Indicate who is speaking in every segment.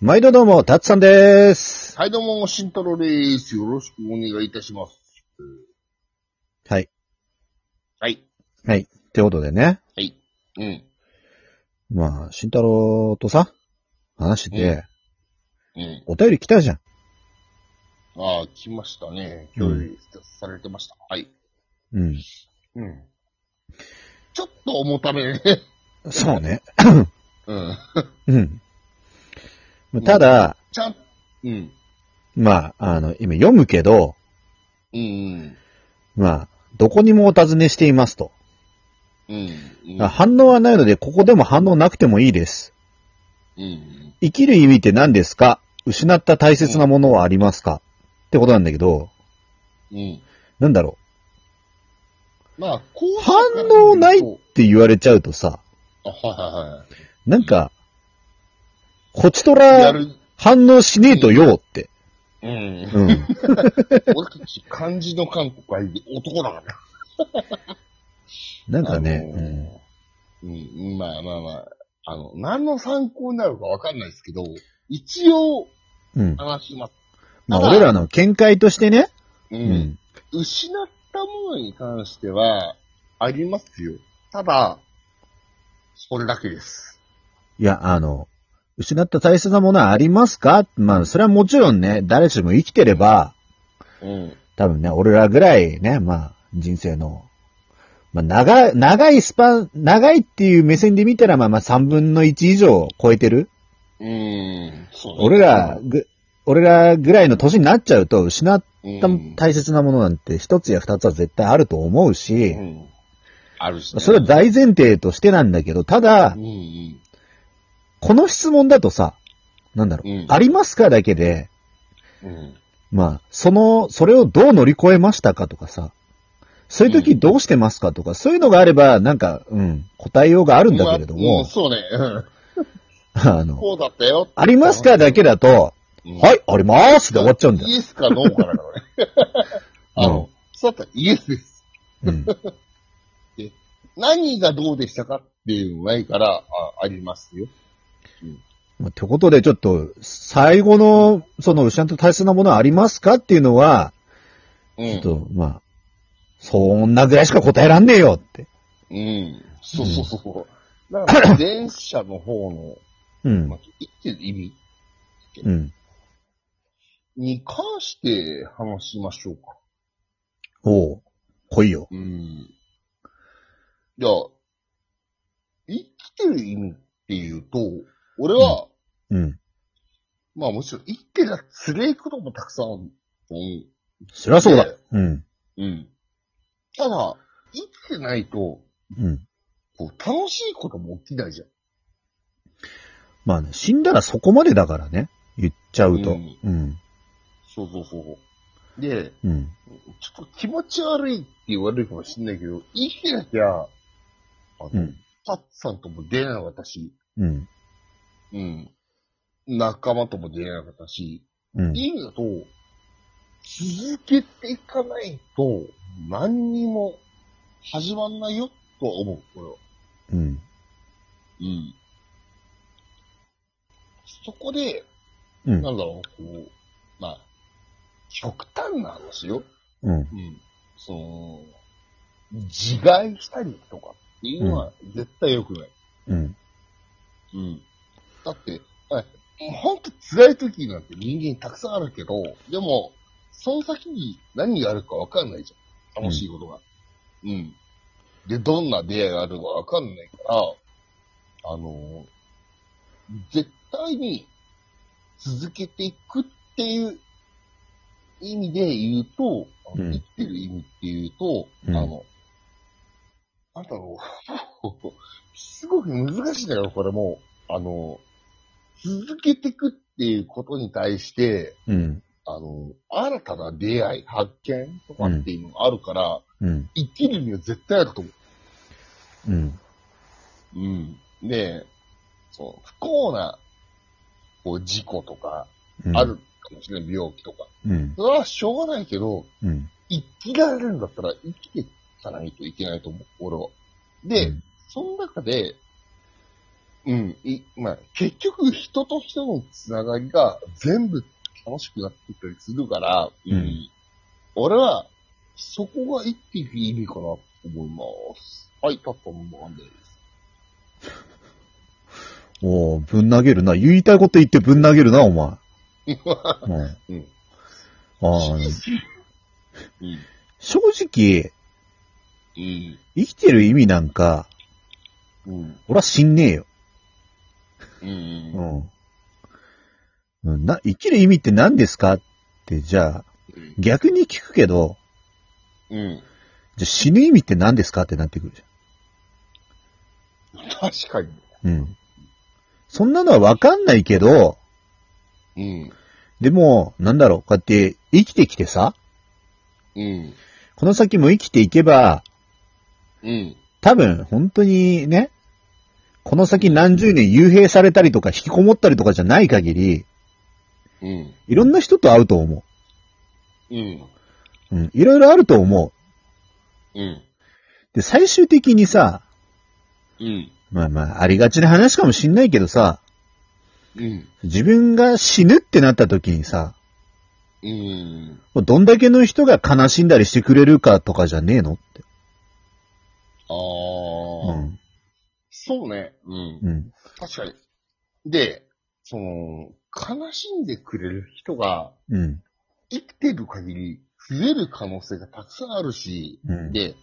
Speaker 1: 毎度どうも、たつさんでーす。
Speaker 2: はい、どうも、慎太郎です。よろしくお願いいたします。
Speaker 1: はい。
Speaker 2: はい。
Speaker 1: ってことでね。
Speaker 2: はい。うん。
Speaker 1: まあ、慎太郎とさ、話してて、
Speaker 2: うん。
Speaker 1: お便り来たじゃん。
Speaker 2: ああ、来ましたね。
Speaker 1: うん
Speaker 2: 共有されてました。はい。
Speaker 1: うん。
Speaker 2: うん。ちょっと重ためね。
Speaker 1: そうね。
Speaker 2: うん。
Speaker 1: うん。まあただ、
Speaker 2: ちゃん、うん。
Speaker 1: まあ、あの、今読むけど、
Speaker 2: うん。
Speaker 1: まあ、どこにもお尋ねしていますと。
Speaker 2: うん。うん。
Speaker 1: 反応はないので、ここでも反応なくてもいいです。
Speaker 2: うん。
Speaker 1: 生きる意味って何ですか失った大切なものはありますかってことなんだけど、
Speaker 2: うん。
Speaker 1: なんだろ
Speaker 2: まあ、こう。
Speaker 1: 反応ない
Speaker 2: あ、
Speaker 1: うって言われちゃうとさ、
Speaker 2: はいはいはい。
Speaker 1: なんか、こちと
Speaker 2: や
Speaker 1: ら
Speaker 2: る。
Speaker 1: 反応しねえとよって。
Speaker 2: うん。
Speaker 1: うん。
Speaker 2: 俺たち漢字の韓国はいい男だから。
Speaker 1: なんかね、
Speaker 2: あのーうん、まあまあまあ、あの、何の参考になるかわかんないですけど、一応
Speaker 1: うん。うん。
Speaker 2: 話します。
Speaker 1: まあ、俺らの見解としてね、
Speaker 2: う。
Speaker 1: うんん。
Speaker 2: 失ったものに関しては、ありますよ。ただ、それだけです。
Speaker 1: いや、あの、失った大切なものはありますかまあ、それはもちろんね、誰しも生きてれば、
Speaker 2: うん。
Speaker 1: 多分ね、俺らぐらいね、まあ、人生の、まあ、長い、長いスパン、長いっていう目線で見たら、まあまあ、3分の1以上超えてる
Speaker 2: うん。そうだね
Speaker 1: 俺ら、ぐ、俺らぐらいの年になっちゃうと、失っ
Speaker 2: うん、
Speaker 1: た大切なものなんて一つや二つは絶対あると思うし、
Speaker 2: うん。あるし、
Speaker 1: それは大前提としてなんだけど、ただ
Speaker 2: う、ん
Speaker 1: この質問だとさ、なんだろう、
Speaker 2: うん
Speaker 1: ありますかだけで、
Speaker 2: うん。うん。
Speaker 1: まあ、その、それをどう乗り越えましたかとかさ、そういう
Speaker 2: う
Speaker 1: 時
Speaker 2: ん
Speaker 1: どうしてますかとか、そういうのがあれば、なんか、うん、答えようがあるんだけれど
Speaker 2: まあう
Speaker 1: も
Speaker 2: ん、そうね。うん。
Speaker 1: あの、
Speaker 2: こうだったよ。
Speaker 1: ありますかだけだと、
Speaker 2: うん
Speaker 1: はい、ありますで終わっちゃうんだよ。
Speaker 2: イエスかノーかだ からね。あの、そうだったらイエスです。
Speaker 1: うん。
Speaker 2: 何がどうでしたかっていうのないから、あありますよ。
Speaker 1: まあ、ということで、ちょっと、最後の、その、失った大切なものはありますかっていうのは、
Speaker 2: う
Speaker 1: ちょっ
Speaker 2: ん。
Speaker 1: と、まあ、そんなぐらいしか答えらんねえよって。
Speaker 2: うん。そうそうそう。だから、前者の方の、
Speaker 1: うん
Speaker 2: まあ。、生きてる意味
Speaker 1: うん。
Speaker 2: に関して話しましょうか。
Speaker 1: おう。来いよ。
Speaker 2: うん。じゃあ、生きてる意味っていうと、俺は、
Speaker 1: うん。
Speaker 2: まあもちろん生きてるつれえこともたくさんあると思う。
Speaker 1: そりゃそうだ
Speaker 2: で。
Speaker 1: うん。
Speaker 2: うん。ただ、生きてないと、
Speaker 1: うん。
Speaker 2: こう楽しいことも起きないじゃん。
Speaker 1: まあね、死んだらそこまでだからね。言っちゃうと。
Speaker 2: う
Speaker 1: うんん。うん。
Speaker 2: そうそうそう。で、
Speaker 1: うん。
Speaker 2: ちょっと気持ち悪いって言われるかもしれないけど、生きてなきゃ、あの、
Speaker 1: うん
Speaker 2: パッツさんとも出会えなかったし、
Speaker 1: うん。
Speaker 2: うん。仲間とも出会えなかったし、
Speaker 1: うん。
Speaker 2: いいのと、続けていかないと、何にも始まんないよ、とは思う、これは。
Speaker 1: うん。
Speaker 2: うん。そこで、
Speaker 1: うん
Speaker 2: なんだろう、こう、まあ、極端な話よ。
Speaker 1: うん。
Speaker 2: うん。その、自害したりとかっていうのは絶対良くない。
Speaker 1: うん。
Speaker 2: うん。だって、あほんと辛い時なんて人間たくさんあるけど、でも、その先に何があるかわかんないじゃん。楽しいことが。うん。で、どんな出会いがあるかわかんないから、あの、絶対に続けていくっていう意味で言うと、あの
Speaker 1: うん
Speaker 2: 生きてる意味っていうと、
Speaker 1: うん
Speaker 2: あの、なんだろう。 すごく難しいんだよ、これも。あの、続けていくっていうことに対して、
Speaker 1: うん。
Speaker 2: あの、新たな出会い、発見とかっていうのがあるから、
Speaker 1: うん。
Speaker 2: 生きるには絶対あると思
Speaker 1: うん。
Speaker 2: う。うん。で、そう、不幸な、こう、事故とか、
Speaker 1: うん
Speaker 2: ある。かもしれない、病気とか。
Speaker 1: うん。
Speaker 2: それはしょうがないけど、
Speaker 1: うん。
Speaker 2: 生きられるんだったら生きていかないといけないと思う、俺は。で、
Speaker 1: うん
Speaker 2: その中で、うん、い、まあ、結局人と人のつながりが全部楽しくなってたりするから、
Speaker 1: うん
Speaker 2: 俺は、そこが生きていく意味かなと思います。はい、たったのもんです。
Speaker 1: おおぶん投げるな。言いたいこと言ってぶん投げるな、お前。う
Speaker 2: うんん。
Speaker 1: ああ、
Speaker 2: うん。
Speaker 1: 正直、
Speaker 2: うん。
Speaker 1: 生きてる意味なんか、
Speaker 2: うん。
Speaker 1: 俺は死んねえよ。
Speaker 2: うん。うん。
Speaker 1: うん。うん、な、生きる意味って何ですかって、じゃあ、逆に聞くけど、
Speaker 2: うん。
Speaker 1: じゃあ死ぬ意味って何ですかってなってくるじ
Speaker 2: 確かに。
Speaker 1: ゃん。うん。そんなのはわかんないけど、
Speaker 2: うん。
Speaker 1: でも、なんだろう、こうやって生きてきてさ、
Speaker 2: うん。
Speaker 1: この先も生きていけば、
Speaker 2: うん。
Speaker 1: 多分、本当にね、この先何十年幽閉されたりとか引きこもったりとかじゃない限り、
Speaker 2: うん。
Speaker 1: いろんな人と会うと思
Speaker 2: うん。
Speaker 1: う。うん、いろいろあると思う。
Speaker 2: うん。
Speaker 1: で、最終的にさ、
Speaker 2: うん。
Speaker 1: まあまあ、ありがちな話かもしんないけどさ、
Speaker 2: うん。
Speaker 1: 自分が死ぬってなった時にさ、
Speaker 2: うん。
Speaker 1: どんだけの人が悲しんだりしてくれるかとかじゃねえのって。
Speaker 2: あ
Speaker 1: う
Speaker 2: あ、
Speaker 1: ん。
Speaker 2: そうね。うん。
Speaker 1: うん。
Speaker 2: 確かに。で、その、悲しんでくれる人が
Speaker 1: うん。
Speaker 2: 生きてる限り増える可能性がたくさんあるし、
Speaker 1: うん。
Speaker 2: で、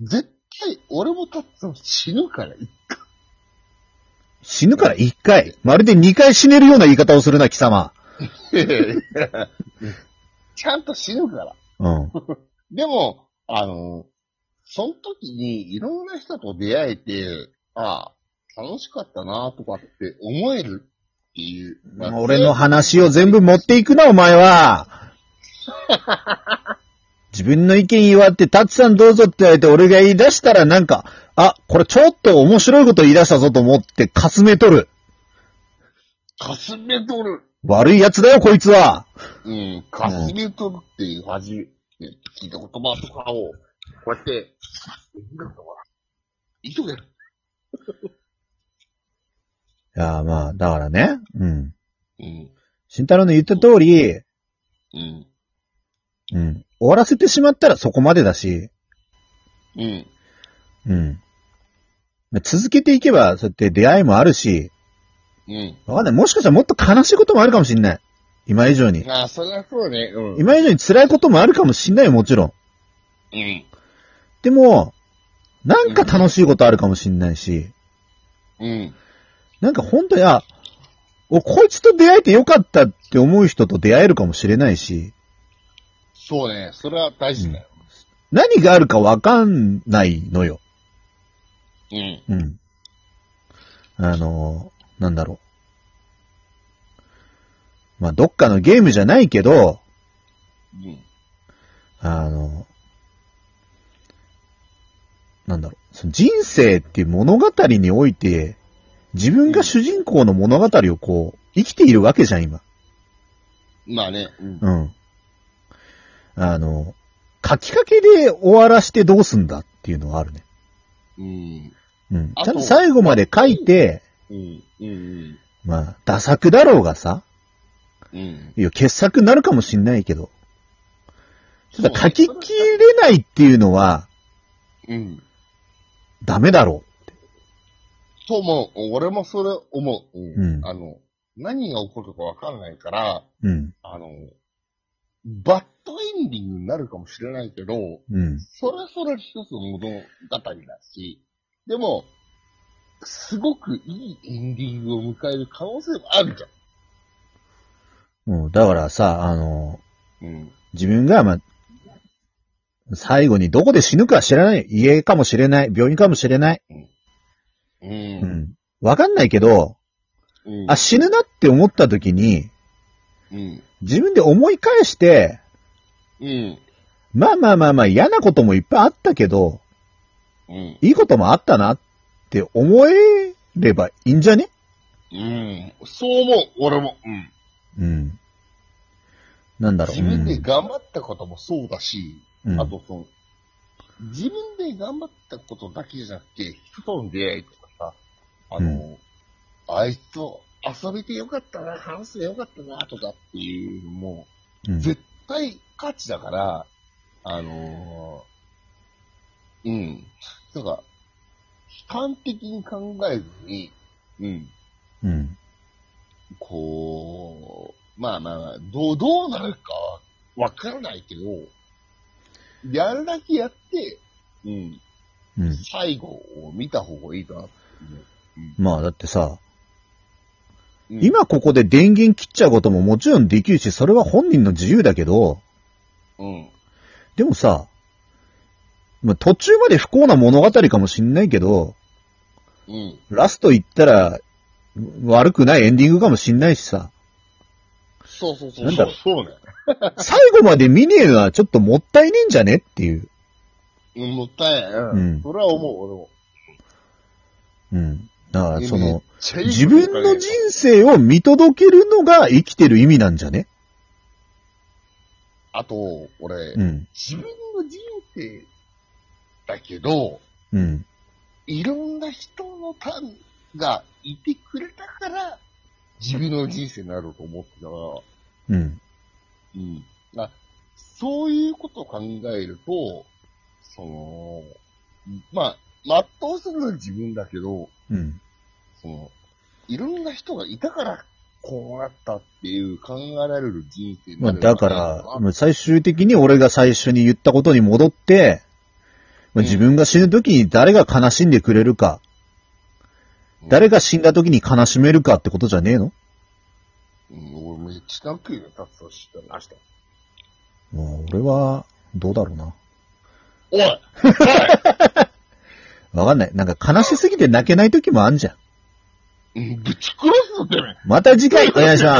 Speaker 2: 絶対俺もたっつん死ぬから、 い
Speaker 1: 死ぬから一回。まるで二回死ねるような言い方をするな、貴様。
Speaker 2: ちゃんと死ぬから。
Speaker 1: うん。
Speaker 2: でも、あの、その時にいろんな人と出会えて、ああ、楽しかったなとかって思えるっていう。まあ
Speaker 1: 俺の話を全部持っていくな、お前 は。自分の意見言わって、タツさんどうぞって言われて、俺が言い出したらなんか、あ、これちょっと面白いこと言い出したぞと思って、かすめとる。
Speaker 2: かすめとる。
Speaker 1: 悪い奴だよ、こいつは。
Speaker 2: うん、かすめとるっていう恥、ね聞いた言葉とかを、こうやって、なんかほら急げ。
Speaker 1: いや、まあ、だからね。うん。
Speaker 2: うん、
Speaker 1: 慎太郎の言った通り、
Speaker 2: うん、
Speaker 1: うん。終わらせてしまったらそこまでだし、
Speaker 2: うん、
Speaker 1: うん。続けていけば、そうやって出会いもあるし、
Speaker 2: うん。
Speaker 1: わかんない。もしかしたらもっと悲しいこともあるかもしんない。今以上に。
Speaker 2: まあ、それはそうね。うん。
Speaker 1: 今以上に辛いこともあるかもしんないよ、もちろん。
Speaker 2: うん。
Speaker 1: でも、なんか楽しいことあるかもしんないし、
Speaker 2: うん。
Speaker 1: なんか本当に、あ、お、こいつと出会えてよかったって思う人と出会えるかもしれないし、
Speaker 2: そうね。それは大事だよ。
Speaker 1: 何があるかわかんないのよ。
Speaker 2: うん。
Speaker 1: うん。あの、なんだろう。まあ、どっかのゲームじゃないけど、
Speaker 2: うん。
Speaker 1: あの、なんだろう、その人生っていう物語において、自分が主人公の物語をこう、生きているわけじゃん、今。
Speaker 2: まあね。うん。
Speaker 1: うん。あの、書きかけで終わらしてどうすんだっていうのはあるね。
Speaker 2: うん。
Speaker 1: うん。
Speaker 2: あと
Speaker 1: ちゃんと最後まで書いて、
Speaker 2: うん。うん。
Speaker 1: まあ、打作だろうがさ、
Speaker 2: うん。
Speaker 1: いや、傑作になるかもしんないけど、
Speaker 2: ち
Speaker 1: ただ書ききれないっていうのは、
Speaker 2: うん。
Speaker 1: ダメだろ
Speaker 2: と思う。俺もそれ思う。う
Speaker 1: うん
Speaker 2: ん。あの、何が起こるかわかんないから、
Speaker 1: う。うん、
Speaker 2: あの、バッドエンディングになるかもしれないけど、
Speaker 1: うん、
Speaker 2: それはそれは一つの物語だし、でも、すごくいいエンディングを迎える可能性もあるじ
Speaker 1: うん。だからさ、あの、
Speaker 2: ゃん。うん。
Speaker 1: 自分が、まあ、最後にどこで死ぬかは知らない。家かもしれない。病院かもしれない。
Speaker 2: う。
Speaker 1: うんん。わかんないけど、
Speaker 2: うん。
Speaker 1: あ、死ぬなって思った時に、
Speaker 2: うん。
Speaker 1: 自分で思い返して、
Speaker 2: うん。
Speaker 1: まあまあまあまあ嫌なこともいっぱいあったけど、
Speaker 2: うん。
Speaker 1: いいこともあったなって思えればいいんじゃね
Speaker 2: うん。そう思う、俺も。うん。
Speaker 1: うん。なんだろう。
Speaker 2: 自分で頑張ったこともそうだし、
Speaker 1: うん、
Speaker 2: あとその、自分で頑張ったことだけじゃなくて、人との出会いとかさ、あの、あいつと遊べてよかったな、話せてよかったな、とかっていうのも、
Speaker 1: うん
Speaker 2: 絶対価値だから、あのーうん。なんか、悲観的に考えずに、うん、
Speaker 1: うん。
Speaker 2: こう、まあまあまあ、どう、どうなるかはわからないけど、やるだけやって、うん、
Speaker 1: うん。
Speaker 2: 最後を見た方がいいかなっていう。
Speaker 1: まあだってさ、
Speaker 2: うん、
Speaker 1: 今ここで電源切っちゃうことももちろんできるし、それは本人の自由だけど、
Speaker 2: うん。
Speaker 1: でもさ、まあ途中まで不幸な物語かもしんないけど、
Speaker 2: うん。
Speaker 1: ラスト行ったら、悪くないエンディングかもしんないし さ、
Speaker 2: そうそうそう。
Speaker 1: なんだろう
Speaker 2: そうね。
Speaker 1: 最後まで見ねえのはちょっともったいねえんじゃねっていう。
Speaker 2: うん、もったいない。う
Speaker 1: うん
Speaker 2: ん。それは思う、俺も。
Speaker 1: うん。だからそ
Speaker 2: めっ
Speaker 1: の、
Speaker 2: ちゃいい
Speaker 1: 自分の人生を見届けるのが生きてる意味なんじゃね
Speaker 2: あと、俺、
Speaker 1: うん。
Speaker 2: 自分の人生だけど、
Speaker 1: うん。
Speaker 2: いろんな人のターンがいてくれたから、自分の人生になると思ってたから、
Speaker 1: うん。
Speaker 2: うん。あ、そういうことを考えると、その、まあ、全うするのは自分だけど、
Speaker 1: うん。
Speaker 2: その、いろんな人がいたから、こうなったっていう考えられる人生に
Speaker 1: まあ、
Speaker 2: なるんじゃ
Speaker 1: だ
Speaker 2: な
Speaker 1: か
Speaker 2: いな
Speaker 1: ら、まあ最終的に俺が最初に言ったことに戻って、まあ
Speaker 2: うん
Speaker 1: 自分が死ぬ時に誰が悲しんでくれるか、誰が死んだ時に悲しめるかってことじゃねえの
Speaker 2: うん、俺めっちゃ楽よ、立つと知ったな、明日。
Speaker 1: もう俺は、どうだろうな。
Speaker 2: おい
Speaker 1: わかんない。なんか悲しすぎて泣けない時もあんじゃん。
Speaker 2: うんぶち殺すぞ、てめえ
Speaker 1: また次回お願いします。